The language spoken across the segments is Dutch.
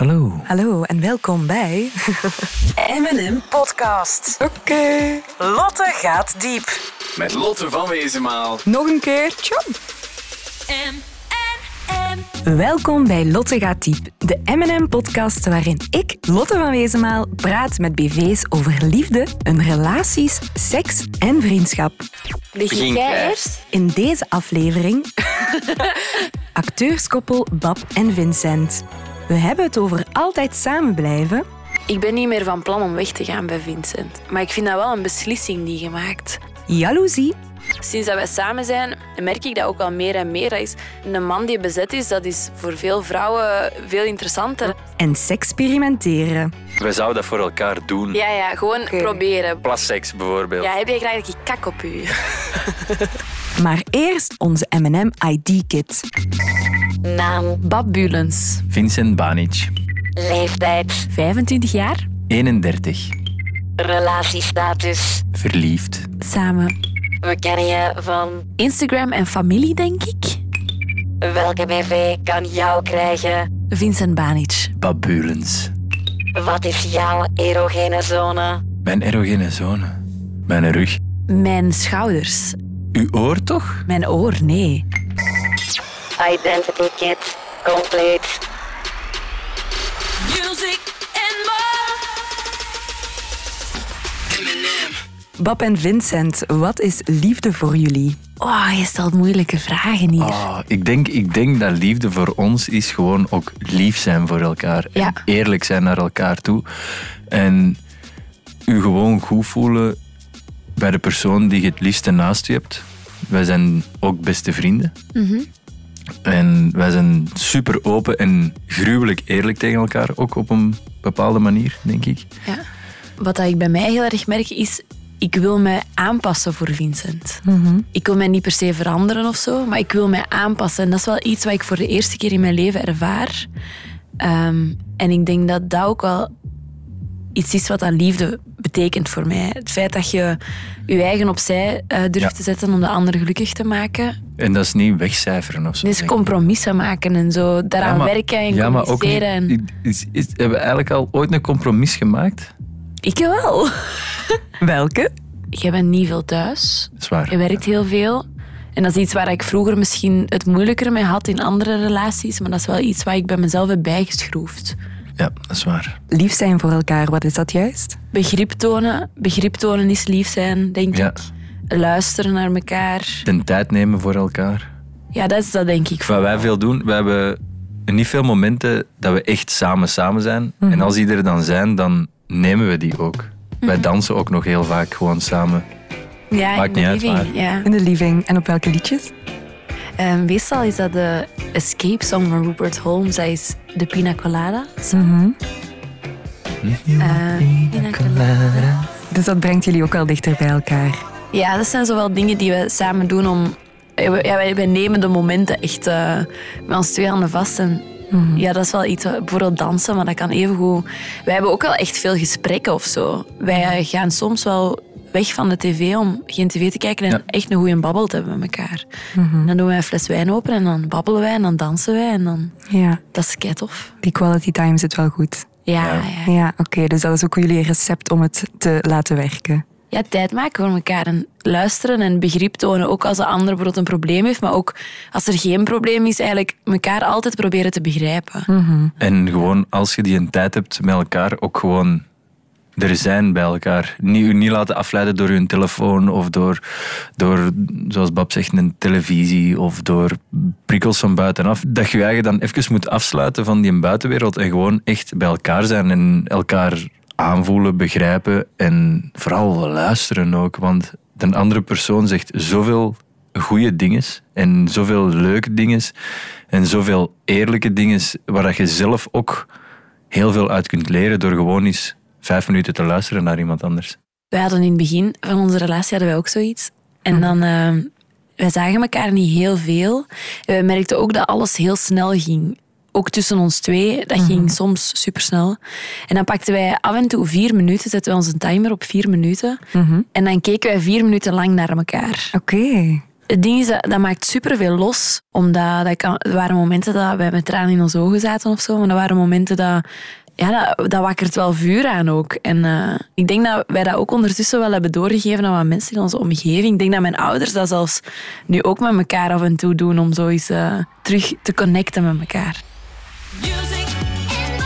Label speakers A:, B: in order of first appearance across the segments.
A: Hallo.
B: Hallo en welkom bij
C: M&M Podcast.
D: Oké.
C: Lotte gaat diep.
E: Met Lotte van Wezenmaal.
D: Nog een keertje.
B: Welkom bij Lotte gaat diep, de M&M podcast waarin ik, Lotte van Wezenmaal, praat met BV's over liefde, hun relaties, seks en vriendschap.
E: Begin jij eerst?
B: In deze aflevering acteurskoppel Bab en Vincent. We hebben het over altijd samen blijven,
D: Ik ben niet meer van plan om weg te gaan bij Vincent. Maar ik vind dat wel een beslissing die gemaakt.
B: jaloezie,
D: Sinds dat wij samen zijn, merk ik dat ook al meer en meer. Dat is een man die bezet is, dat is voor veel vrouwen veel interessanter.
B: en seksperimenteren.
E: We zouden dat voor elkaar doen.
D: Ja, ja, gewoon proberen.
E: Plasseks bijvoorbeeld.
D: Ja, heb je graag dat ik kak op u?
B: Maar eerst onze M&M ID-kit.
F: Naam,
D: Babulens,
A: Vincent Banic,
F: leeftijd,
D: 25 jaar,
A: 31.
F: relatiestatus.
A: Verliefd.
D: samen.
F: We kennen je van
D: Instagram en familie, denk ik.
F: welke BV kan jou krijgen?
D: Vincent Banic.
A: Babulens.
F: Wat is jouw erogene zone?
A: Mijn erogene zone. Mijn rug.
D: Mijn schouders.
A: Uw oor toch?
D: Mijn oor, nee.
F: Identity kit, compleet.
B: Bab en Vincent, wat is liefde voor jullie?
D: Oh, je stelt moeilijke vragen hier.
A: Ah, ik, denk, ik denk dat liefde voor ons is gewoon ook lief zijn voor elkaar.
D: Ja.
A: En eerlijk zijn naar elkaar toe. En u gewoon goed voelen bij de persoon die je het liefste naast je hebt. Wij zijn ook beste vrienden.
D: Mhm.
A: En wij zijn super open en gruwelijk eerlijk tegen elkaar. Ook op een bepaalde manier, denk ik.
D: Ja. Wat dat ik bij mij heel erg merk is, ik wil me aanpassen voor Vincent. Ik wil mij niet per se veranderen of zo, maar ik wil mij aanpassen. En dat is wel iets wat ik voor de eerste keer in mijn leven ervaar. Ehm, en ik denk dat dat ook wel iets is wat aan liefde betekent voor mij. Het feit dat je je eigen opzij eh, durft
A: Ja.
D: te zetten om de ander gelukkig te maken.
A: En dat is niet wegcijferen of zo.
D: Dus
A: denk ik.
D: compromissen maken en zo. Daaraan werken en
A: ja, maar ook niet-
D: communiceren. en-
A: is, is- hebben we eigenlijk al ooit een compromis gemaakt?
D: Ik wel.
B: Welke?
D: Jij bent niet veel thuis.
A: Dat is waar.
D: Je werkt heel veel. En dat is iets waar ik vroeger misschien het moeilijker mee had in andere relaties. Maar dat is wel iets waar ik bij mezelf heb bijgeschroefd.
A: Ja, dat is waar.
B: Lief zijn voor elkaar, wat is dat juist?
D: Begrip tonen. Begrip tonen is lief zijn, denk
A: Ja.
D: ik. Luisteren naar elkaar.
A: De tijd nemen voor elkaar.
D: Ja, dat is dat denk ik.
A: Wat wij veel doen, we hebben niet veel momenten dat we echt samen samen zijn. En als die er dan zijn, dan nemen we die ook. Wij dansen ook nog heel vaak gewoon samen.
D: Ja,
A: Maakt
D: in de
A: niet uit
D: living,
A: waar.
D: Ja.
B: In de living en op welke liedjes?
D: Eh, meestal is dat de escape song van Rupert Holmes. Dat is de pina colada. Eh, pina colada.
B: Dus dat brengt jullie ook wel dichter bij elkaar.
D: Ja, dat zijn zowel dingen die we samen doen om... Ja, wij, wij nemen de momenten echt eh, met ons twee handen vast. En, Ja, dat is wel iets... wat- Bijvoorbeeld dansen, maar dat kan evengoed... Wij hebben ook wel echt veel gesprekken of zo. Wij eh, gaan soms wel weg van de tv om geen tv te kijken en
A: Ja.
D: echt een goede babbel te hebben met elkaar. Dan doen wij een fles wijn open en dan babbelen wij en dan dansen wij. En dan,
B: Ja,
D: dat is kei tof.
B: die quality time zit wel goed.
D: Ja, ja. ja.
B: Ja, oké, dus dat is ook jullie recept om het te laten werken.
D: Ja, tijd maken voor elkaar en luisteren en begrip tonen. Ook als de ander bijvoorbeeld een probleem heeft, maar ook als er geen probleem is, eigenlijk elkaar altijd proberen te begrijpen.
A: En gewoon als je die een tijd hebt met elkaar, ook gewoon er zijn bij elkaar. Niet, u niet laten afleiden door hun telefoon of door, door, zoals Bab zegt, een televisie of door prikkels van buitenaf. Dat je je eigen dan even moet afsluiten van die buitenwereld en gewoon echt bij elkaar zijn en elkaar aanvoelen, begrijpen en vooral luisteren ook. Want een andere persoon zegt zoveel goede dingen en zoveel leuke dingen en zoveel eerlijke dingen waar dat je zelf ook heel veel uit kunt leren door gewoon eens vijf minuten te luisteren naar iemand anders.
D: Wij hadden in het begin van onze relatie hadden wij ook zoiets. En dan, eh, wij zagen elkaar niet heel veel. En we merkten ook dat alles heel snel ging. Ook tussen ons twee, dat ging soms supersnel. En dan pakten wij af en toe vier minuten, zetten we onze timer op vier minuten. En dan keken wij vier minuten lang naar elkaar.
B: Oké,
D: het ding is, dat, dat maakt superveel los. Omdat dat kan, er waren momenten dat wij met tranen in onze ogen zaten of zo. Maar er waren momenten dat... Ja, dat, dat wakkert wel vuur aan ook. En eh, ik denk dat wij dat ook ondertussen wel hebben doorgegeven aan wat mensen in onze omgeving. Ik denk dat mijn ouders dat zelfs nu ook met elkaar af en toe doen. Om zo eens eh, terug te connecten met elkaar.
G: Music in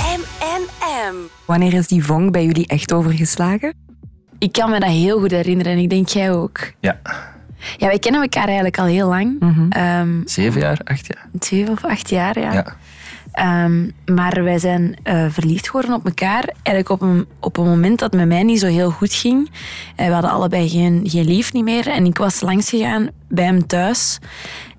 C: M&M.
B: Wanneer is die vonk bij jullie echt overgeslagen?
D: Ik kan me dat heel goed herinneren. En ik denk jij ook.
A: Ja,
D: Ja, wij kennen elkaar eigenlijk al heel lang. Ehm,
A: zeven jaar, acht jaar.
D: twee of acht jaar, ja.
A: Ja.
D: Ehm, maar wij zijn eh, verliefd geworden op elkaar. Eigenlijk op een, op een moment dat het met mij niet zo heel goed ging. Eh, we hadden allebei geen, geen lief niet meer. En ik was langs gegaan bij hem thuis.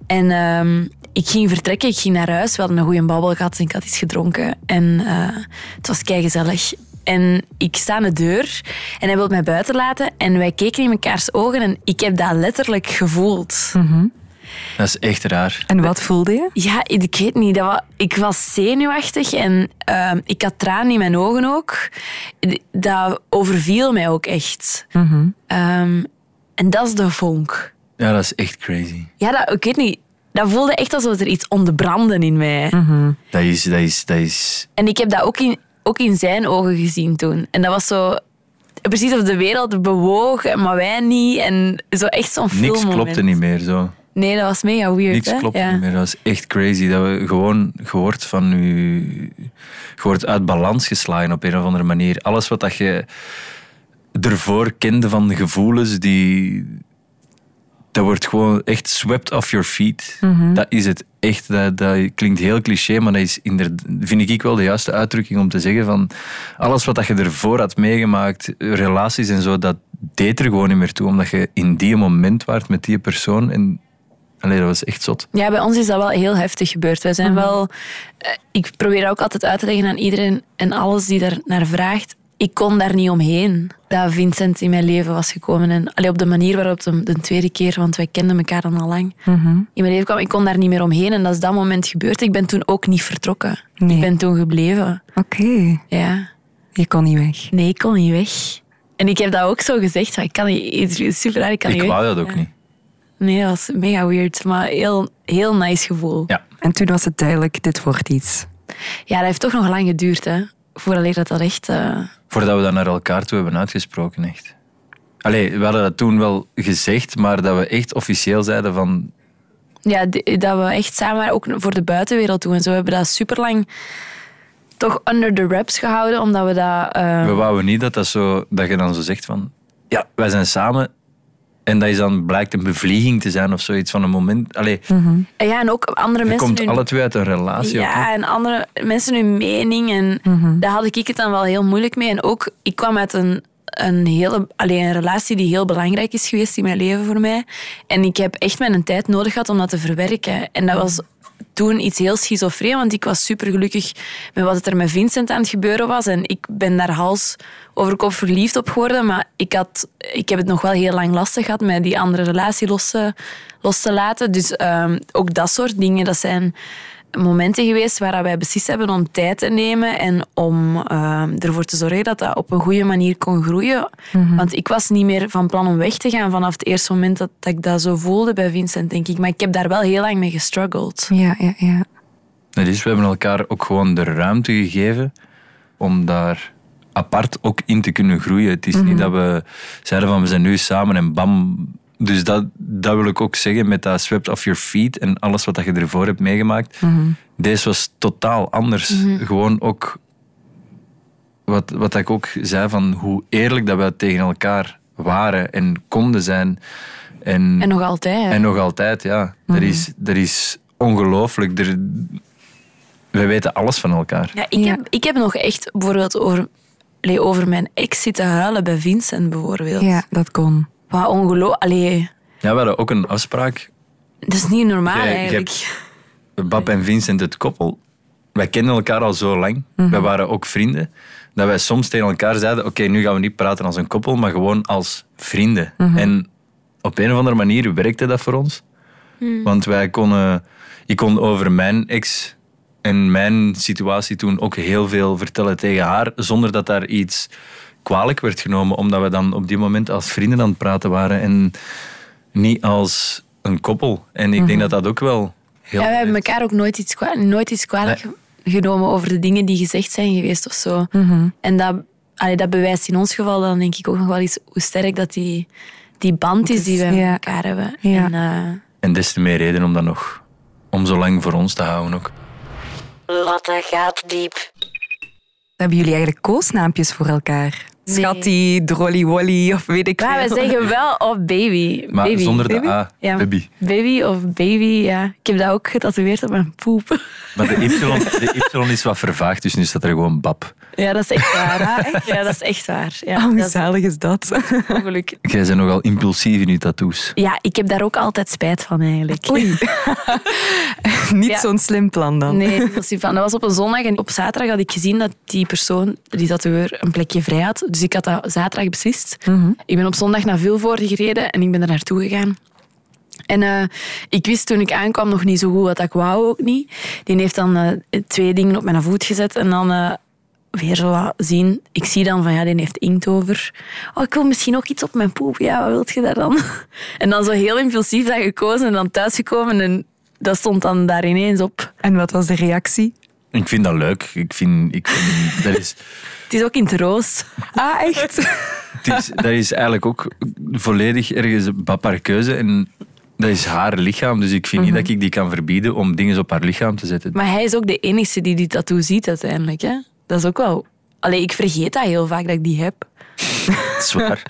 D: En ehm, ik ging vertrekken, ik ging naar huis. We hadden een goede babbel gehad en ik had iets gedronken. En eh, het was keigezellig. En ik sta aan de deur en hij wil mij buiten laten. En wij keken in mekaars ogen en ik heb dat letterlijk gevoeld.
A: Dat is echt raar.
B: En wat voelde je?
D: Ja, ik weet niet. Dat wa- ik was zenuwachtig en ehm, ik had tranen in mijn ogen ook. D- Dat overviel mij ook echt. Ehm, en dat is de vonk.
A: Ja, dat is echt crazy.
D: Ja, dat, ik weet niet. Dat voelde echt alsof er iets onderbrandde in mij.
A: Dat is, dat is, dat is...
D: En ik heb dat ook in, ook in zijn ogen gezien toen. En dat was zo... Precies of de wereld bewoog, maar wij niet. En zo echt zo'n filmmoment.
A: Niks klopte niet meer zo.
D: Nee, dat was mega weird.
A: Niks
D: hè?
A: klopt
D: Ja.
A: niet meer. Dat is echt crazy. Dat we gewoon, je wordt van je... Je wordt uit balans geslagen op een of andere manier. Alles wat dat je ervoor kende van de gevoelens, die... Dat wordt gewoon echt swept off your feet.
D: Mhm.
A: Dat is het echt. Dat, dat klinkt heel cliché, maar dat is inderdaad, vind ik wel de juiste uitdrukking om te zeggen van alles wat dat je ervoor had meegemaakt, relaties en zo, dat deed er gewoon niet meer toe. Omdat je in die moment waart met die persoon en Allee, dat was echt zot.
D: Ja, bij ons is dat wel heel heftig gebeurd. Wij zijn wel... eh, ik probeer dat ook altijd uit te leggen aan iedereen en alles die daar naar vraagt. Ik kon daar niet omheen dat Vincent in mijn leven was gekomen. En allee, op de manier waarop de, de tweede keer, want wij kenden elkaar dan al lang, in mijn leven kwam, ik kon daar niet meer omheen. En dat is dat moment gebeurd. Ik ben toen ook niet vertrokken.
B: Nee.
D: Ik ben toen gebleven.
B: Oké,
D: Ja.
B: je kon niet weg.
D: Nee, ik kon niet weg. En ik heb dat ook zo gezegd. van, Ik kan niet, super raar, ik kan
A: ik
D: niet weg.
A: wou dat ook niet.
D: Nee, dat was mega weird, maar heel, heel nice gevoel.
A: Ja.
B: En toen was het duidelijk, dit wordt iets.
D: Ja, dat heeft toch nog lang geduurd, hè. Vooraleer dat dat echt... eh,
A: Voordat we dat naar elkaar toe hebben uitgesproken, echt. Allee, we hadden dat toen wel gezegd, maar dat we echt officieel zeiden van...
D: Ja, d- dat we echt samen waren, ook voor de buitenwereld toe en zo. We hebben dat super lang toch under the wraps gehouden, omdat we dat... eh,
A: We wouden niet dat, dat, zo, dat je dan zo zegt van... Ja, wij zijn samen. En dat is dan blijkt een bevlieging te zijn of zoiets van een moment. Allee,
D: ja, en ook andere Mhm.
A: je
D: mensen...
A: komt
D: hun-
A: alle twee uit een relatie. ook, hè.
D: ja, en andere mensen hun mening. En daar had ik het dan wel heel moeilijk mee. En ook, ik kwam uit een, een, hele, allee, een relatie die heel belangrijk is geweest in mijn leven voor mij. En ik heb echt mijn tijd nodig gehad om dat te verwerken. En dat was toen iets heel schizofreen, want ik was supergelukkig met wat er met Vincent aan het gebeuren was. En ik ben daar hals over kop verliefd op geworden. Maar ik, had, ik heb het nog wel heel lang lastig gehad met die andere relatie los te, los te laten. Dus ehm, ook dat soort dingen, dat zijn momenten geweest waar wij beslist hebben om tijd te nemen en om ehm, ervoor te zorgen dat dat op een goede manier kon groeien.
B: Mhm.
D: Want ik was niet meer van plan om weg te gaan vanaf het eerste moment dat, dat ik dat zo voelde bij Vincent, denk ik. Maar ik heb daar wel heel lang mee gestruggeld.
B: Ja, ja, ja.
A: Dat is, dus we hebben elkaar ook gewoon de ruimte gegeven om daar apart ook in te kunnen groeien. Het is niet dat we zeiden van we zijn nu samen en bam. Dus dat, dat wil ik ook zeggen met dat swept off your feet en alles wat dat je ervoor hebt meegemaakt. Deze was totaal anders. Gewoon ook wat, wat ik ook zei van hoe eerlijk dat wij tegen elkaar waren en konden zijn. En,
D: En nog altijd. hè.
A: en nog altijd, ja. Dat is, dat is ongelooflijk. Er, we weten alles van elkaar.
D: Ja, ik, Heb, ik heb nog echt bijvoorbeeld over, allee, over mijn ex zitten huilen bij Vincent bijvoorbeeld.
B: ja dat kon.
D: Wat ongelooflijk. Allee,
A: Ja, we hadden ook een afspraak.
D: dat is niet normaal
A: Jij- jij
D: eigenlijk.
A: Bab en Vincent, het koppel. Wij kenden elkaar al zo lang. Wij waren ook vrienden. Dat wij soms tegen elkaar zeiden: Oké, nu gaan we niet praten als een koppel, maar gewoon als vrienden. En op een of andere manier werkte dat voor ons. Want wij konden. Ik kon over mijn ex en mijn situatie toen ook heel veel vertellen tegen haar, zonder dat daar iets kwalijk werd genomen, omdat we dan op die moment als vrienden aan het praten waren en niet als een koppel. En ik denk dat dat ook wel heel...
D: Ja, we hebben elkaar ook nooit iets, kwa- nooit iets kwalijk
A: Nee.
D: ge- genomen over de dingen die gezegd zijn geweest of zo. En dat, allee, dat bewijst in ons geval dan denk ik ook nog wel eens hoe sterk dat die, die band is die we
B: is-
D: met
B: ja.
D: elkaar hebben.
B: Ja.
D: En, eh,
A: En des te meer reden om dat nog om zo lang voor ons te houden ook.
F: Lotte gaat diep.
B: Hebben jullie eigenlijk koosnaampjes voor elkaar? Schatty, Drolly Wolly of weet ik
D: maar we
B: veel.
D: zeggen wel of baby.
A: Maar
D: baby.
A: zonder de
D: Baby?
A: A,
D: Ja.
A: baby.
D: Baby of baby, ja. Ik heb dat ook getatoeëerd op mijn poep.
A: Maar de y, de y is wat vervaagd, dus nu staat er gewoon bab.
D: Ja, dat is echt waar. Ja, dat is echt waar. Ja,
B: Oh, hoe
D: dat is
B: zalig is dat?
D: ongeluk.
A: Jij bent nogal impulsief in je tattoos.
D: Ja, ik heb daar ook altijd spijt van eigenlijk.
B: Oei. Niet
D: Ja.
B: zo'n slim plan dan.
D: Nee, dat was niet van. Dat was op een zondag en op zaterdag had ik gezien dat die persoon, die tatoeëur, een plekje vrij had. Dus ik had dat zaterdag beslist. Ik ben op zondag naar Vilvoorde gereden en ik ben er naartoe gegaan. En eh, ik wist toen ik aankwam nog niet zo goed wat ik wou, ook niet. Die heeft dan eh, twee dingen op mijn voet gezet en dan... eh, Weer zo wat zien. Ik zie dan van ja, die heeft inkt over. Oh, ik wil misschien ook iets op mijn poep. Ja, wat wilt je daar dan? En dan zo heel impulsief dat gekozen en dan thuisgekomen en dat stond dan daar ineens op.
B: En wat was de reactie?
A: Ik vind dat leuk. Ik vind, ik vind, dat, is,
D: Het is ook in het roos.
B: Ah, echt?
A: het is, dat is eigenlijk ook volledig ergens bab haar keuze. En dat is haar lichaam, dus ik vind niet dat ik die kan verbieden om dingen op haar lichaam te zetten.
D: Maar hij is ook de enige die die tattoo ziet uiteindelijk. Hè? Dat is ook wel... Allee, ik vergeet dat heel vaak dat ik die heb.
A: Het is waar.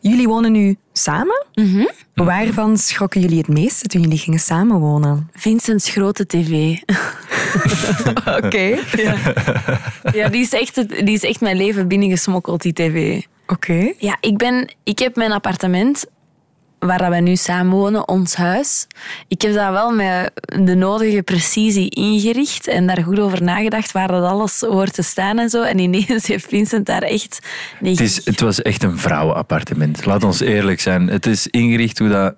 B: Jullie wonen nu samen?
D: Mhm.
B: Waarvan schrokken jullie het meeste toen jullie gingen samenwonen?
D: Vincent's grote tv.
B: Oké.
D: Ja, ja die, is echt, het- die is echt mijn leven binnengesmokkeld, die tv.
B: Oké.
D: Ja, ik, ben, ik heb mijn appartement, waar dat wij nu samen wonen, ons huis. Ik heb dat wel met de nodige precisie ingericht en daar goed over nagedacht waar dat alles hoort te staan en zo. En ineens heeft Vincent daar echt...
A: Het, is, het was echt een vrouwenappartement. Laat ons eerlijk zijn. Het is ingericht hoe dat...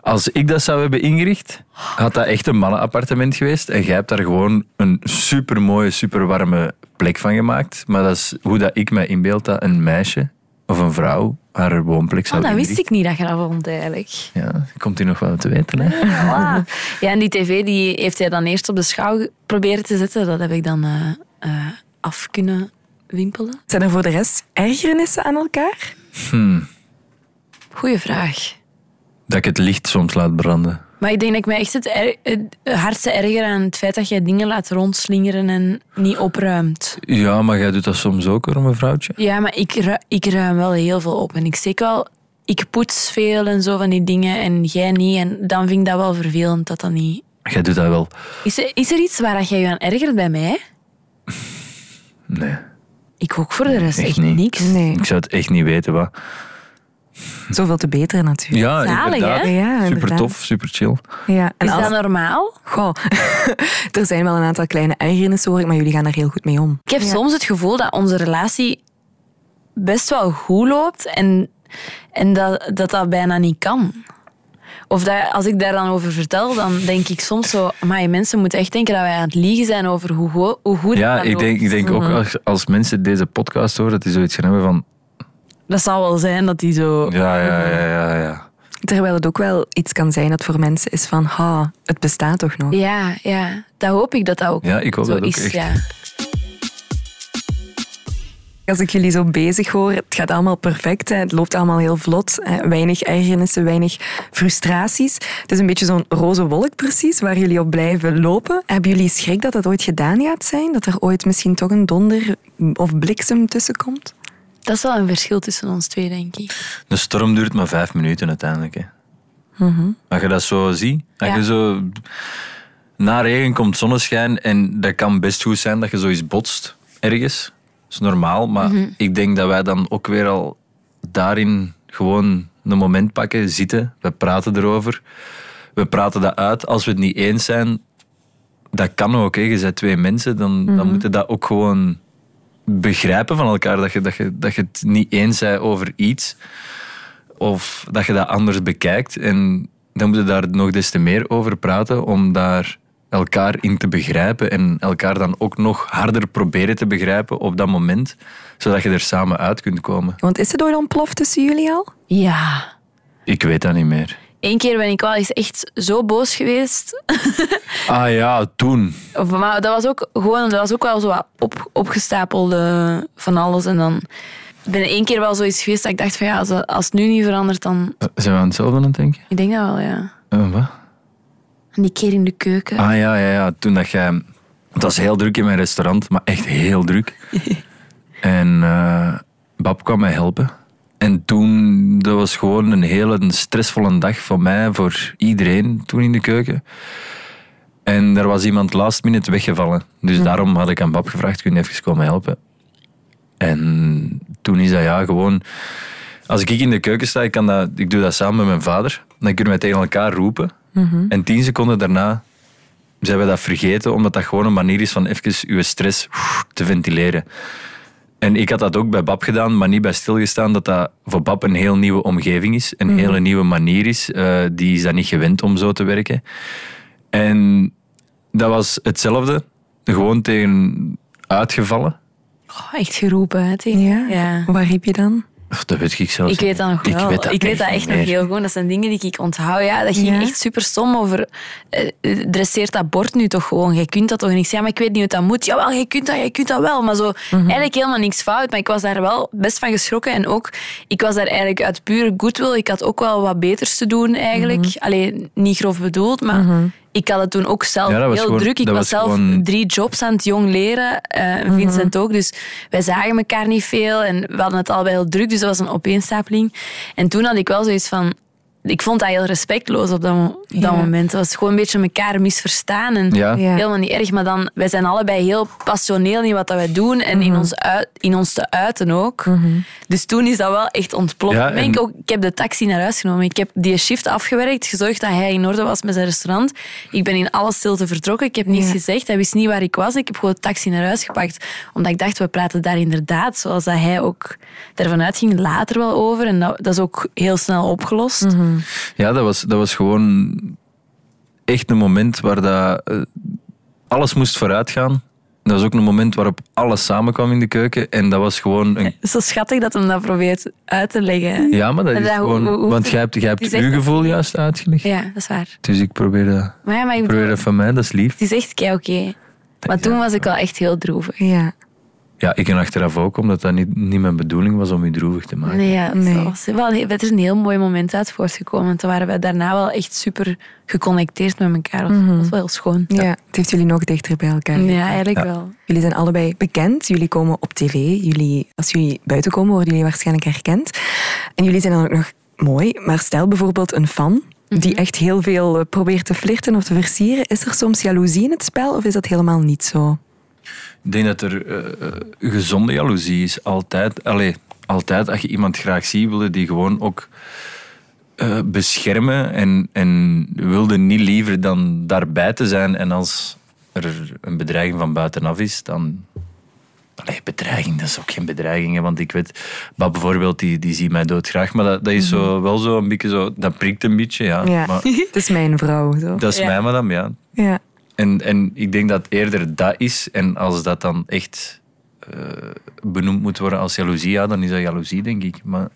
A: Als ik dat zou hebben ingericht, had dat echt een mannenappartement geweest. En jij hebt daar gewoon een supermooie, superwarme plek van gemaakt. Maar dat is hoe dat ik mij inbeeld dat een meisje of een vrouw haar woonplek zou
D: Oh, dat wist
A: inrichten.
D: ik niet dat je dat vond, eigenlijk.
A: Ja, komt hier nog wel te weten. Hè?
D: Voilà. Ja, en die tv die heeft hij dan eerst op de schouw proberen te zetten. Dat heb ik dan eh, eh, af kunnen wimpelen.
B: Zijn er voor de rest ergernissen aan elkaar?
D: Goeie vraag.
A: Dat ik het licht soms laat branden.
D: Maar ik denk dat ik mij echt het, er- het hardste erger aan het feit dat jij dingen laat rondslingeren en niet opruimt.
A: Ja, maar jij doet dat soms ook hoor, mevrouwtje.
D: Ja, maar ik, ru- ik ruim wel heel veel op. En ik steek wel... Ik poets veel en zo van die dingen en jij niet. En dan vind ik dat wel vervelend dat dat niet...
A: Jij doet dat wel.
D: Is er, is er iets waar dat jij je aan ergert bij mij?
A: Nee,
D: Ik ook voor de rest
A: Echt
D: echt,
A: niet.
D: niks.
B: Nee.
A: ik zou het echt niet weten. Wat.
B: Zoveel te beteren natuurlijk.
A: Ja,
D: Zalig,
A: inderdaad.
D: hè?
B: Ja,
A: super
B: inderdaad.
A: tof, super chill.
B: Ja, en
D: Is
B: als-
D: dat normaal?
B: Goh, er zijn wel een aantal kleine ergernissen hoor ik, maar jullie gaan daar heel goed mee om.
D: Ik heb soms het gevoel dat onze relatie best wel goed loopt en, en dat, dat dat bijna niet kan. Of dat, als ik daar dan over vertel, dan denk ik soms zo... Maar mensen moeten echt denken dat wij aan het liegen zijn over hoe, go- hoe goed
A: Ja,
D: dat Mhm.
A: ik
D: loopt."
A: denk, ik denk ook als, als mensen deze podcast horen, dat die zoiets gaan hebben van...
D: Dat zal wel zijn dat die zo...
A: Ja, ja, ja, ja, ja.
B: Terwijl het ook wel iets kan zijn dat voor mensen is van, ha, het bestaat toch nog?
D: Ja, ja. Dat hoop ik dat dat ook
A: Ja, ik hoop
D: zo
A: dat ook
D: is.
A: echt.
D: Ja.
B: Als ik jullie zo bezig hoor, het gaat allemaal perfect, hè. het loopt allemaal heel vlot. hè. Weinig ergernissen, weinig frustraties. Het is een beetje zo'n roze wolk precies, waar jullie op blijven lopen. Hebben jullie schrik dat dat ooit gedaan gaat zijn? Dat er ooit misschien toch een donder of bliksem tussenkomt?
D: Dat is wel een verschil tussen ons twee, denk ik.
A: De storm duurt maar vijf minuten uiteindelijk. Hè. Als je dat zo ziet, als
D: Ja.
A: je zo... Na regen komt zonneschijn en dat kan best goed zijn dat je zoiets botst ergens. Dat is normaal, maar ik denk dat wij dan ook weer al daarin gewoon een moment pakken, zitten, we praten erover. We praten dat uit. Als we het niet eens zijn, dat kan ook. Hè. Je bent twee mensen, dan, dan moeten dat ook gewoon begrijpen van elkaar. Dat je, dat, je, dat je het niet eens bent over iets. Of dat je dat anders bekijkt. En dan moeten we daar nog des te meer over praten om daar elkaar in te begrijpen en elkaar dan ook nog harder proberen te begrijpen op dat moment, zodat je er samen uit kunt komen.
B: Want is het ooit ontploft tussen jullie al?
D: Ja.
A: Ik weet dat niet meer.
D: Eén keer ben ik wel eens echt zo boos geweest.
A: Ah ja, toen.
D: Of- Maar dat was ook gewoon, dat was ook wel zo wat op, opgestapelde van alles. En dan ik ben één keer wel zoiets geweest dat ik dacht van ja, als, dat- als het nu niet verandert, dan...
A: Eh, Zijn we aan hetzelfde aan het denken?
D: Ik denk dat wel, ja.
A: Eh, wat?
D: En die keer in de keuken.
A: Ah ja, ja, ja. Toen dat jij... Het was heel druk in mijn restaurant, maar echt heel druk. en eh, Bab kwam mij helpen. En toen, dat was gewoon een hele stressvolle dag voor mij, voor iedereen toen in de keuken. En daar was iemand last minute weggevallen. Dus daarom had ik aan Bab gevraagd, kun je even komen helpen? En toen is dat ja, gewoon... Als ik in de keuken sta, ik, kan dat, ik doe dat samen met mijn vader. Dan kunnen we tegen elkaar roepen. En tien seconden daarna zijn we dat vergeten, omdat dat gewoon een manier is van even uw stress te ventileren. En ik had dat ook bij Bab gedaan, maar niet bij stilgestaan, dat dat voor Bab een heel nieuwe omgeving is, een
D: Mhm.
A: hele nieuwe manier is. Eh, die is dat niet gewend om zo te werken. En dat was hetzelfde, gewoon tegen uitgevallen.
D: Oh, echt geroepen, hè, tegen-
B: Ja.
D: ja.
B: Waar riep je dan?
A: Ach, dat weet ik zelfs
D: Ik weet dat nog
A: niet.
D: wel. Ik weet dat,
A: niet
D: echt nog
A: meer.
D: heel goed. Dat zijn dingen die ik onthoud. Ja, dat ging
B: Ja.
D: echt super stom over. eh, eh, dresseert dat bord nu toch gewoon? Jij kunt dat toch niet? Ja, maar ik weet niet hoe dat moet. Jawel, jij kunt dat, jij kunt dat wel. Maar zo
A: Mhm.
D: eigenlijk helemaal niks fout. Maar ik was daar wel best van geschrokken. En ook, ik was daar eigenlijk uit pure goodwill. Ik had ook wel wat beters te doen eigenlijk.
A: Mhm.
D: Alleen niet grof bedoeld, maar. Ik had het toen ook zelf
A: Ja, dat was
D: heel
A: gewoon-
D: druk. Ik
A: dat
D: was,
A: was
D: zelf
A: gewoon-
D: drie jobs aan het jong leren. eh Vincent ook. Dus wij zagen elkaar niet veel. En we hadden het allebei heel druk. Dus dat was een opeenstapeling. En toen had ik wel zoiets van... Ik vond dat heel respectloos op dat, mo- dat
B: Ja.
D: moment. Het was gewoon een beetje elkaar misverstaan. En
A: Ja.
B: Ja.
D: helemaal niet erg. Maar dan, wij zijn allebei heel passioneel in wat dat wij doen. En
B: Mhm.
D: in, ons uit, in ons te uiten ook. Dus toen is dat wel echt ontploft.
A: Ja,
D: Ben
A: en-
D: ik, ook, ik heb de taxi naar huis genomen. Ik heb die shift afgewerkt. Gezorgd dat hij in orde was met zijn restaurant. Ik ben in alle stilte vertrokken. Ik heb niets
B: Ja.
D: gezegd. Hij wist niet waar ik was. Ik heb gewoon de taxi naar huis gepakt. Omdat ik dacht, we praten daar inderdaad, zoals dat hij ook daarvan uitging, later wel over. En dat, dat is ook heel snel opgelost.
B: Mhm.
A: Ja, dat was, dat was gewoon echt een moment waar dat, eh, alles moest vooruitgaan. Dat was ook een moment waarop alles samenkwam in de keuken. En dat was gewoon... Een,
D: Zo schattig dat hem dat probeert uit te leggen.
A: ja, maar dat
D: En
A: is
D: dat hoe-
A: gewoon...
D: hoe- hoe-
A: want jij hebt, jij hebt
D: die zegt
A: uw
D: dat-
A: gevoel juist uitgelegd.
D: Ja, dat is waar.
A: Dus ik probeer dat,
D: Maar ja, maar ik bedoel,
A: probeer dat van mij, dat is lief.
D: het is echt kei oké. Maar
A: Ja.
D: toen was ik wel echt heel droevig.
B: Ja.
A: Ja, ik en achteraf ook, omdat dat niet, niet mijn bedoeling was om je droevig te maken.
D: Nee, ja, Dus dat
B: Nee.
D: was wel, er is een heel mooi moment uit voortgekomen. Want toen waren we daarna wel echt super geconnecteerd met elkaar. Dat was wel heel schoon.
B: Ja. het heeft jullie nog dichter bij elkaar.
D: Mhm. Ja, eigenlijk wel.
B: Jullie zijn allebei bekend. Jullie komen op tv. Jullie, als jullie buiten komen, worden jullie waarschijnlijk herkend. En jullie zijn dan ook nog mooi. Maar stel bijvoorbeeld een fan die
D: Mhm.
B: echt heel veel eh, probeert te flirten of te versieren. Is er soms jaloezie in het spel of is dat helemaal niet zo?
A: Ik denk dat er eh, eh, gezonde jaloezie is. Altijd, allee, altijd als je iemand graag ziet, wilde die gewoon ook eh, beschermen en, en wilde niet liever dan daarbij te zijn. En als er een bedreiging van buitenaf is, dan... Allee, bedreiging, dat is ook geen bedreiging. hè, want ik weet, Bab bijvoorbeeld, die, die ziet mij doodgraag. Maar dat, dat is zo, wel zo een beetje zo... Dat prikt een beetje, ja. Maar
B: het is mijn vrouw. Zo.
A: dat is
D: Ja.
A: mij, madame, ja.
B: Ja.
A: En, en ik denk dat eerder dat is. En als dat dan echt eh, benoemd moet worden als jaloezie, ja, dan is dat jaloezie, denk ik. Maar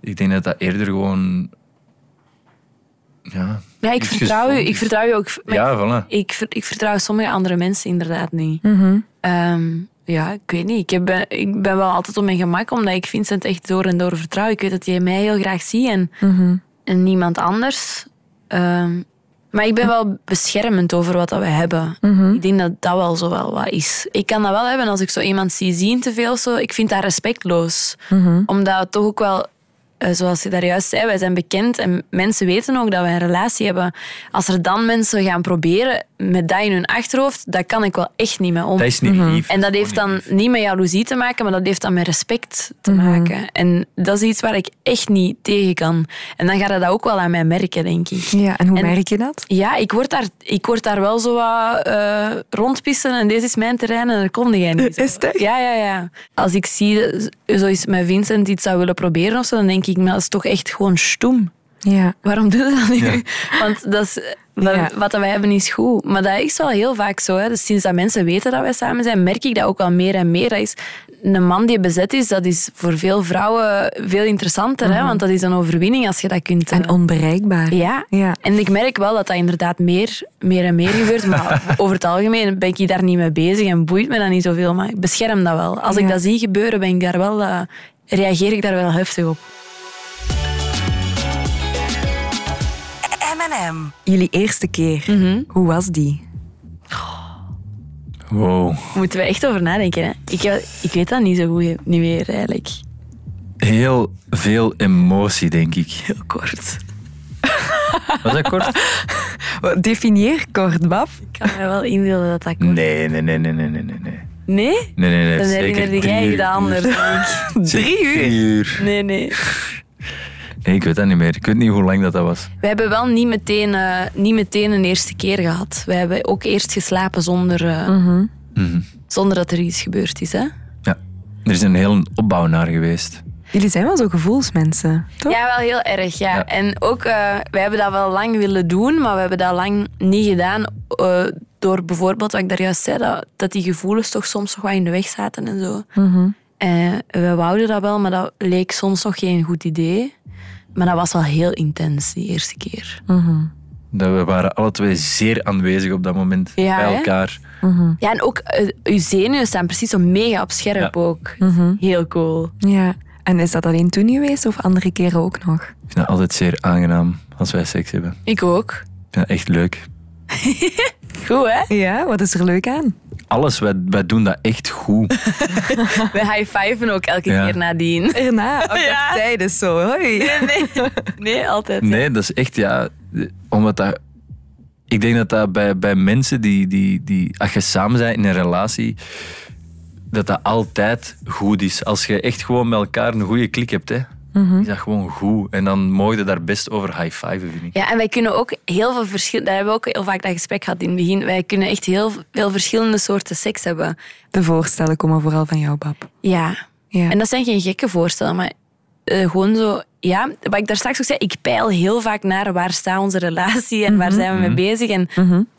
A: ik denk dat dat eerder gewoon. Ja,
D: Ja, ik
A: iets
D: vertrouw je.
A: gezond
D: Ik
A: is.
D: vertrouw je ook. Maar ik-
A: Ja, voilà.
D: ik, ver- ik vertrouw sommige andere mensen inderdaad niet. Ehm, ja, ik weet niet. Ik, heb, ben- ik ben wel altijd op mijn gemak, omdat ik Vincent echt door en door vertrouw. Ik weet dat hij mij heel graag ziet en, en niemand anders. Ehm, maar ik ben wel beschermend over wat dat we hebben. Ik denk dat dat wel zo wel wat is. Ik kan dat wel hebben als ik zo iemand zie zien te veel. of Zo. Ik vind dat respectloos. Omdat het toch ook wel eh, zoals je daar juist zei, wij zijn bekend en mensen weten ook dat wij een relatie hebben. Als er dan mensen gaan proberen met dat in hun achterhoofd, dat kan ik wel echt niet mee om.
A: dat is niet lief.
D: Mhm. En dat heeft dan niet met jaloezie te maken, maar dat heeft dan met respect te maken. En dat is iets waar ik echt niet tegen kan. En dan gaat dat ook wel aan mij merken, denk ik.
B: ja, en hoe
D: En-
B: merk je dat?
D: Ja, ik word daar, ik word daar wel zo wat eh, rondpissen en deze is mijn terrein en daar kom jij niet.
B: Is het echt?
D: Ja, ja, ja. Als ik zie eh, zoiets met Vincent iets zou willen proberen of zo, dan denk ik, maar dat is toch echt gewoon stoem.
B: Ja.
D: waarom doe je dat nu?
A: Ja.
D: Want dat is, wat,
B: Ja.
D: wat dat wij hebben is goed. Maar dat is wel heel vaak zo. Hè. Dus sinds dat mensen weten dat wij samen zijn, merk ik dat ook wel meer en meer. Dat is, een man die bezet is, dat is voor veel vrouwen veel interessanter.
B: Mhm.
D: hè, want dat is een overwinning als je dat kunt. eh,
B: En onbereikbaar.
D: ja.
B: Ja.
D: en ik merk wel dat dat inderdaad meer, meer en meer gebeurt. Maar over het algemeen ben ik daar niet mee bezig en boeit me dat niet zoveel. Maar ik bescherm dat wel. Als ik
B: Ja.
D: dat zie gebeuren, ben ik daar wel, eh, reageer ik daar wel heftig op.
C: M&M.
B: Jullie eerste keer,
D: Mhm.
B: hoe was die?
A: Wow.
D: Moeten we echt over nadenken, hè? Ik, heb- ik weet dat niet zo goed niet meer, eigenlijk.
A: Heel veel emotie, denk ik.
D: Heel kort.
A: Was dat kort?
B: Definieer kort, Bab.
D: Ik kan me wel inbeelden dat dat kort...
A: Nee, nee, nee, nee, nee, nee, nee. Nee,
D: Nee?
A: nee, nee.
D: Dan
A: zeker
D: herinnerde
A: drie
D: jij je
A: uur
D: de ander.
A: duurt. Zeker Drie uur.
D: Nee, nee.
A: Nee, ik weet dat niet meer. Ik weet niet hoe lang dat, dat was.
D: We hebben wel niet meteen, eh, niet meteen een eerste keer gehad. We hebben ook eerst geslapen zonder, eh,
A: Mhm.
D: zonder dat er iets gebeurd is, hè?
A: Ja. Er is een hele opbouw naar geweest.
B: Jullie zijn wel zo gevoelsmensen, toch?
D: Ja, wel heel erg, ja.
A: Ja.
D: En ook, eh we hebben dat wel lang willen doen, maar we hebben dat lang niet gedaan. eh, door bijvoorbeeld, wat ik daar juist zei, dat, dat die gevoelens toch soms nog wat in de weg zaten en zo. Eh, we wouden dat wel, maar dat leek soms nog geen goed idee. Maar dat was wel heel intens die eerste keer.
A: Dat we waren alle twee zeer aanwezig op dat moment
D: Ja,
A: bij
D: hè?
A: elkaar.
D: Ja, en ook eh, uw zenuwen staan precies zo mega op scherp ook. Heel cool.
B: Ja. En is dat alleen toen geweest of andere keren ook nog?
A: Ik vind dat altijd zeer aangenaam als wij seks hebben.
D: Ik ook.
A: Ik vind dat echt leuk.
D: Goed, hè?
B: Ja, wat is er leuk aan?
A: Alles, wij, wij doen dat echt goed.
D: We high-fiven ook elke
A: Ja.
D: keer nadien.
B: Erna, ook
D: Ja.
B: tijdens zo. Hoi.
D: Nee, nee altijd.
A: Nee, dat is echt, ja... Omdat dat... Ik denk dat dat bij, bij mensen die, die, die... Als je samen bent in een relatie... Dat dat altijd goed is. Als je echt gewoon met elkaar een goede klik hebt, hè.
D: Mhm.
A: Is dat gewoon goed. En dan mogen je daar best over high-fiven, vind ik.
D: Ja, en wij kunnen ook heel veel verschillende... Daar hebben we ook heel vaak dat gesprek gehad in het begin. Wij kunnen echt heel veel verschillende soorten seks hebben.
B: De voorstellen komen vooral van jou, Bab.
D: Ja.
B: Ja.
D: En dat zijn geen gekke voorstellen, maar eh, gewoon zo... Ja, wat ik daar straks ook zei, ik peil heel vaak naar waar staat onze relatie en waar zijn we mee bezig en,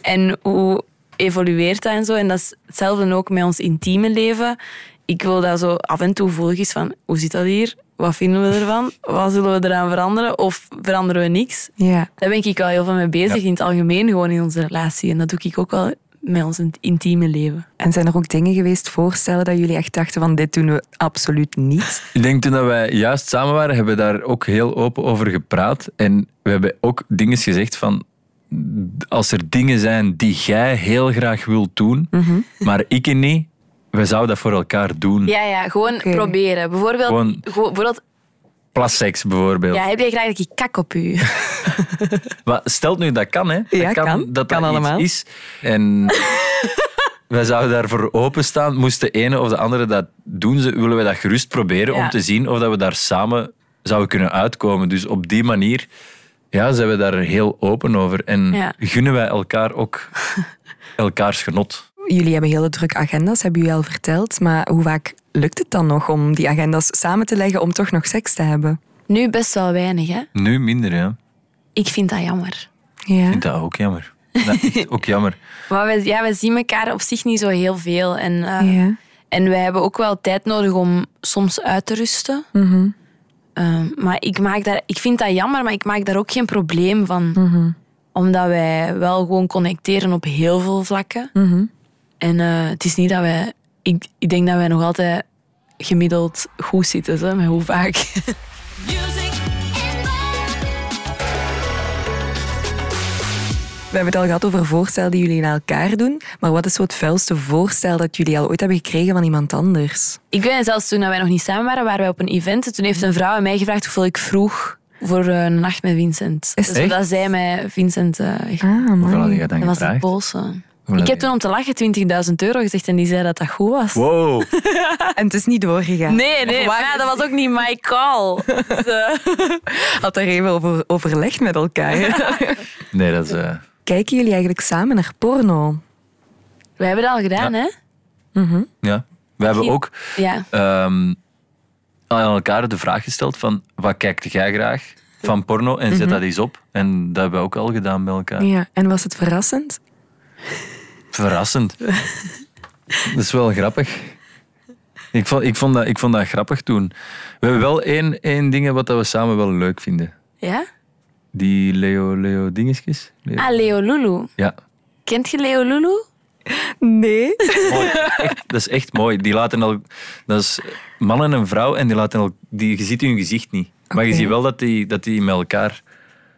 D: en hoe evolueert dat en zo. En dat is hetzelfde ook met ons intieme leven. Ik wil dat zo af en toe volgens eens van, hoe zit dat hier? Wat vinden we ervan? Wat zullen we eraan veranderen? Of veranderen we niks?
B: Ja.
D: Daar ben ik wel heel veel mee bezig in het algemeen, gewoon in onze relatie. En dat doe ik ook wel met ons in- intieme leven.
B: En zijn er ook dingen geweest, voorstellen, dat jullie echt dachten van dit doen we absoluut niet?
A: Ik denk toen dat wij juist samen waren, hebben we daar ook heel open over gepraat. En we hebben ook dingen gezegd van... Als er dingen zijn die jij heel graag wilt doen, maar ik en niet, we zouden dat voor elkaar doen.
D: Mhm. Ja, ja, gewoon proberen. Bijvoorbeeld,
A: Gewoon-
D: gewoon, bijvoorbeeld
A: Plasseks bijvoorbeeld.
D: ja, heb jij graag dat ik kak op u?
A: Maar stel nu dat kan, hè?
B: Ja,
A: dat kan.
B: kan.
A: Dat dat
B: Kan
A: iets
B: allemaal.
A: is. En wij zouden daarvoor openstaan. Moest de ene of de andere dat doen, ze- willen wij dat gerust proberen
D: Ja.
A: om te zien of dat we daar samen zouden kunnen uitkomen. Dus op die manier ja, zijn we daar heel open over. En
D: Ja.
A: gunnen wij elkaar ook elkaars genot.
B: Jullie hebben hele drukke agenda's, hebben jullie al verteld. Maar hoe vaak lukt het dan nog om die agenda's samen te leggen om toch nog seks te hebben?
D: Nu best wel weinig, hè?
A: Nu minder, ja.
D: Ik vind dat jammer.
A: Ik
B: Ja.
A: vind dat ook jammer. Dat is echt ook jammer.
D: Maar we, ja, we zien elkaar op zich niet zo heel veel. En, eh,
B: Ja.
D: en we hebben ook wel tijd nodig om soms uit te rusten.
B: Mhm.
D: Eh, maar ik, maak daar, ik vind dat jammer, maar ik maak daar ook geen probleem van.
B: Mhm.
D: Omdat wij wel gewoon connecteren op heel veel vlakken.
B: Mhm.
D: En eh, het is niet dat wij... Ik, ik denk dat wij nog altijd gemiddeld goed zitten, hè, met hoe vaak.
G: Music in the
B: We hebben het al gehad over voorstellen die jullie naar elkaar doen. Maar wat is zo het vuilste voorstel dat jullie al ooit hebben gekregen van iemand anders?
D: Ik ben zelfs toen wij nog niet samen waren, waren wij op een event. En toen heeft een vrouw aan mij gevraagd hoeveel ik vroeg voor eh, een nacht met Vincent.
B: Is
D: dus
A: echt?
D: dat zij mij Vincent... eh,
B: Ah,
A: Hoeveel had jij dan
D: dat was de
A: gevraagd?
D: Poolse.
A: Hoeveel
D: Ik
A: had
D: heb
A: je-
D: toen om te lachen 20.000 euro gezegd en die zei dat dat goed was.
A: Wow,
B: Ah, En het is niet doorgegaan.
D: Nee, nee,
B: Of waar
D: maar ja,
B: is
D: dat was ook niet my call. Dus, eh,
B: Had daar even over overlegd met elkaar.
A: nee, dat is. eh,
B: Kijken jullie eigenlijk samen naar porno?
D: we hebben dat al gedaan, hè?
B: Mhm.
A: ja. We hebben ook
D: Ja.
A: ehm, aan elkaar de vraag gesteld van wat kijkt jij graag? van porno en zet dat eens op. En dat hebben we ook al gedaan bij elkaar.
B: Ja. En was het verrassend?
A: Verrassend. dat is wel grappig. Ik vond, ik, vond dat, ik vond dat grappig toen. We hebben wel één, één ding wat dat we samen wel leuk vinden.
D: Ja?
A: Die Leo Leo dingetjes. Leo.
D: Ah, Leo Lulu.
A: Ja.
D: Kent je Leo Lulu?
B: Nee.
A: Mooi. Echt, dat is echt mooi. Die laten al, dat is man en een vrouw en die laten al, die, je ziet hun gezicht niet. Maar je
B: Oké.
A: ziet wel dat die, dat die met elkaar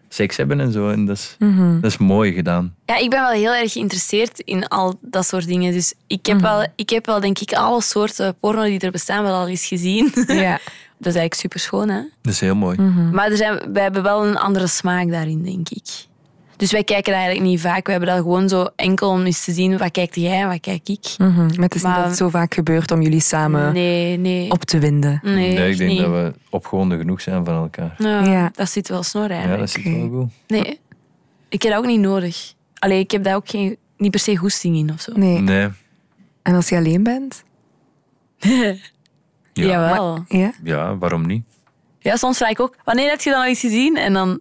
A: seks hebben en zo. En dat is, dat is mooi gedaan.
D: Ja, ik ben wel heel erg geïnteresseerd in al dat soort dingen. Dus ik
B: Mhm.
D: heb, wel, ik heb wel, denk ik, alle soorten porno die er bestaan wel al eens gezien.
B: Ja. Mhm.
D: Dat is eigenlijk super schoon, hè?
A: Dat is heel mooi.
D: Maar er zijn, wij hebben wel een andere smaak daarin, denk ik. Dus wij kijken dat eigenlijk niet vaak. We hebben dat gewoon zo enkel om eens te zien wat kijkt jij en wat kijk ik.
B: Mhm. Maar het is
D: Maar-
B: niet dat het zo vaak gebeurt om jullie samen
D: Nee, nee.
B: op te winden.
D: nee,
A: Nee, ik
D: echt
A: denk
D: niet.
A: dat we opgewonden genoeg zijn van elkaar.
D: Ja,
B: Ja.
D: Dat zit wel snor
A: Ja,
D: eigenlijk.
A: dat zit wel goed.
D: Nee, ik heb dat ook niet nodig. Allee, ik heb daar ook geen, niet per se goesting in of zo.
B: Nee.
A: Nee.
B: En als je alleen bent?
A: Ja.
D: Jawel.
B: Ja.
A: Ja, waarom niet?
D: Ja, soms vraag ik ook, wanneer heb je dan al iets gezien? En dan,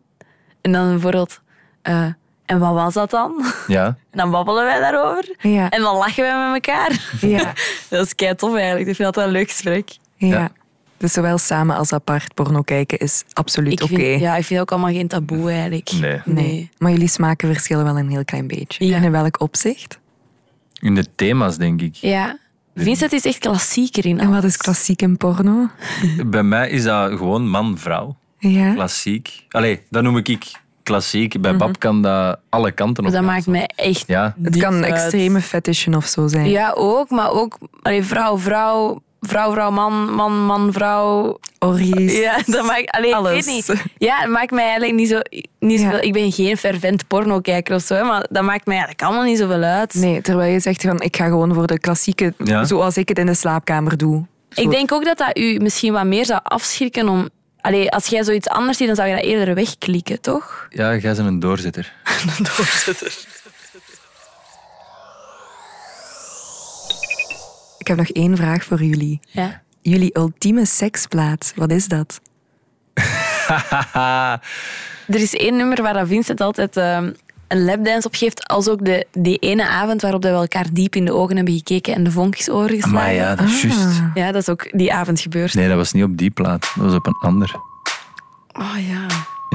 D: en dan bijvoorbeeld, eh, en wat was dat dan?
A: Ja.
D: En dan babbelen wij daarover.
B: Ja.
D: En dan lachen wij met elkaar.
B: Ja.
D: Dat is kei tof eigenlijk. Ik vind dat wel een leuk gesprek.
B: ja.
A: Ja.
B: Dus zowel samen als apart porno kijken is absoluut
D: Ik
B: oké.
D: vind, Ja, ik vind ook allemaal geen taboe eigenlijk.
A: Nee.
D: Nee.
B: Maar jullie smaken verschillen wel een heel klein beetje.
D: Ja.
B: En in welk opzicht?
A: In de thema's, denk ik.
D: Ja. Vincent is echt klassieker in
B: En wat
D: alles.
B: is klassiek in porno?
A: Bij mij is dat gewoon man-vrouw.
B: Ja.
A: Klassiek. Allee, dat noem ik ik klassiek. Bij Bab kan dat alle kanten op.
D: Dus Dat maakt mij echt...
A: Ja.
B: Het kan
D: uit.
B: extreme fetishen of zo zijn.
D: Ja, ook. Maar ook allee, vrouw, vrouw, vrouw, vrouw, man, man, man, vrouw.
B: Orgies.
D: Ja, dat maakt alleen
B: Alles.
D: Ik weet niet. Ja, het maakt mij eigenlijk niet zo. Niet
B: Ja.
D: zoveel, ik ben geen fervent pornokijker of zo, hè, maar dat maakt mij eigenlijk allemaal niet zoveel uit.
B: Nee, terwijl je zegt van ik ga gewoon voor de klassieke,
A: Ja.
B: zoals ik het in de slaapkamer doe.
D: Ik denk ook dat dat u misschien wat meer zou afschrikken om. Allee, als jij zoiets anders ziet, dan zou je dat eerder wegklikken, toch?
A: Ja, jij bent een doorzitter.
B: Ik heb nog één vraag voor jullie.
D: Ja.
B: Jullie ultieme seksplaat, wat is dat?
D: Er is één nummer waar dat Vincent altijd ehm, een lapdance op geeft, als ook de, die ene avond waarop dat we elkaar diep in de ogen hebben gekeken en de vonkjes overgeslagen.
A: Maar ja, dat
D: Ah.
A: is juist.
D: Ja, dat is ook die avond gebeurd.
A: Nee, dat was niet op die plaat. Dat was op een ander.
D: Oh ja.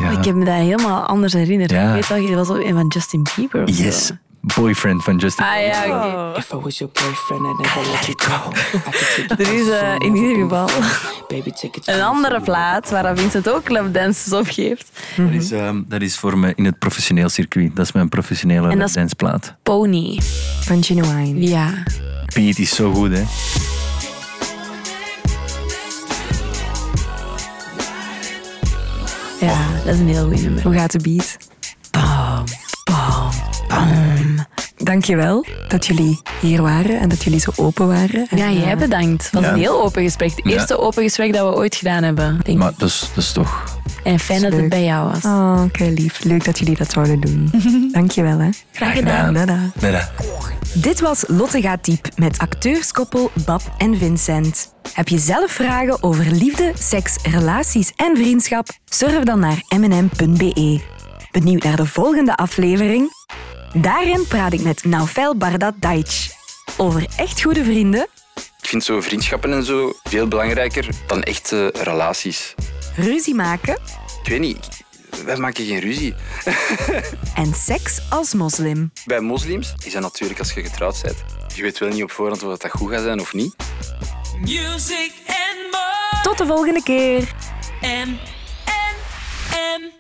A: Ja.
D: Ik heb me dat helemaal anders herinnerd.
A: Ja.
D: Ik weet wel, dat was ook een van Justin Bieber of
A: Yes.
D: zo.
A: Boyfriend van Justin.
D: Ah ja, oké.
H: If I was your boyfriend, I'd never let you go. I could take you
D: Er is eh, in ieder geval
H: baby, take a chance.
D: een andere plaat waar Vincent ook lapdances op geeft.
A: Dat, is, ehm, dat is voor me in het professioneel circuit. Dat is mijn professionele
D: En dat is-
A: dansplaat.
D: Pony.
B: Van Genuine.
D: Ja.
A: Piet is zo goed, hè?
D: Ja,
A: Oh.
D: dat is een heel goed nummer.
B: Hoe gaat de beat? Dankjewel dat jullie hier waren en dat jullie zo open waren. En,
D: Ja, jij
B: eh,
D: bedankt. Het was
A: Ja.
D: een heel open gesprek. Het eerste open gesprek dat we ooit gedaan hebben. Denk. ik.
A: Maar dat is, dat is toch...
D: En fijn dat het
B: leuk.
D: bij jou was.
B: Oh, oké, lief. Leuk dat jullie dat zouden doen. Dankjewel, hè.
D: Graag gedaan.
B: Dada.
A: Nee, dat-
B: Dit was Lotte gaat diep met acteurskoppel Bab en Vincent. Heb je zelf vragen over liefde, seks, relaties en vriendschap? Surf dan naar mnm.be. E. Benieuwd naar de volgende aflevering? Daarin praat ik met Naufel Bardat Deitch over echt goede vrienden,
E: Ik vind zo vriendschappen en zo veel belangrijker dan echte relaties.
B: ruzie maken
E: Ik weet niet, wij maken geen ruzie.
B: en seks als moslim.
E: Bij moslims is dat natuurlijk als je getrouwd bent. Je weet wel niet op voorhand of dat goed gaat zijn of niet.
G: Music and more.
B: Tot de volgende keer!
G: M, M, M.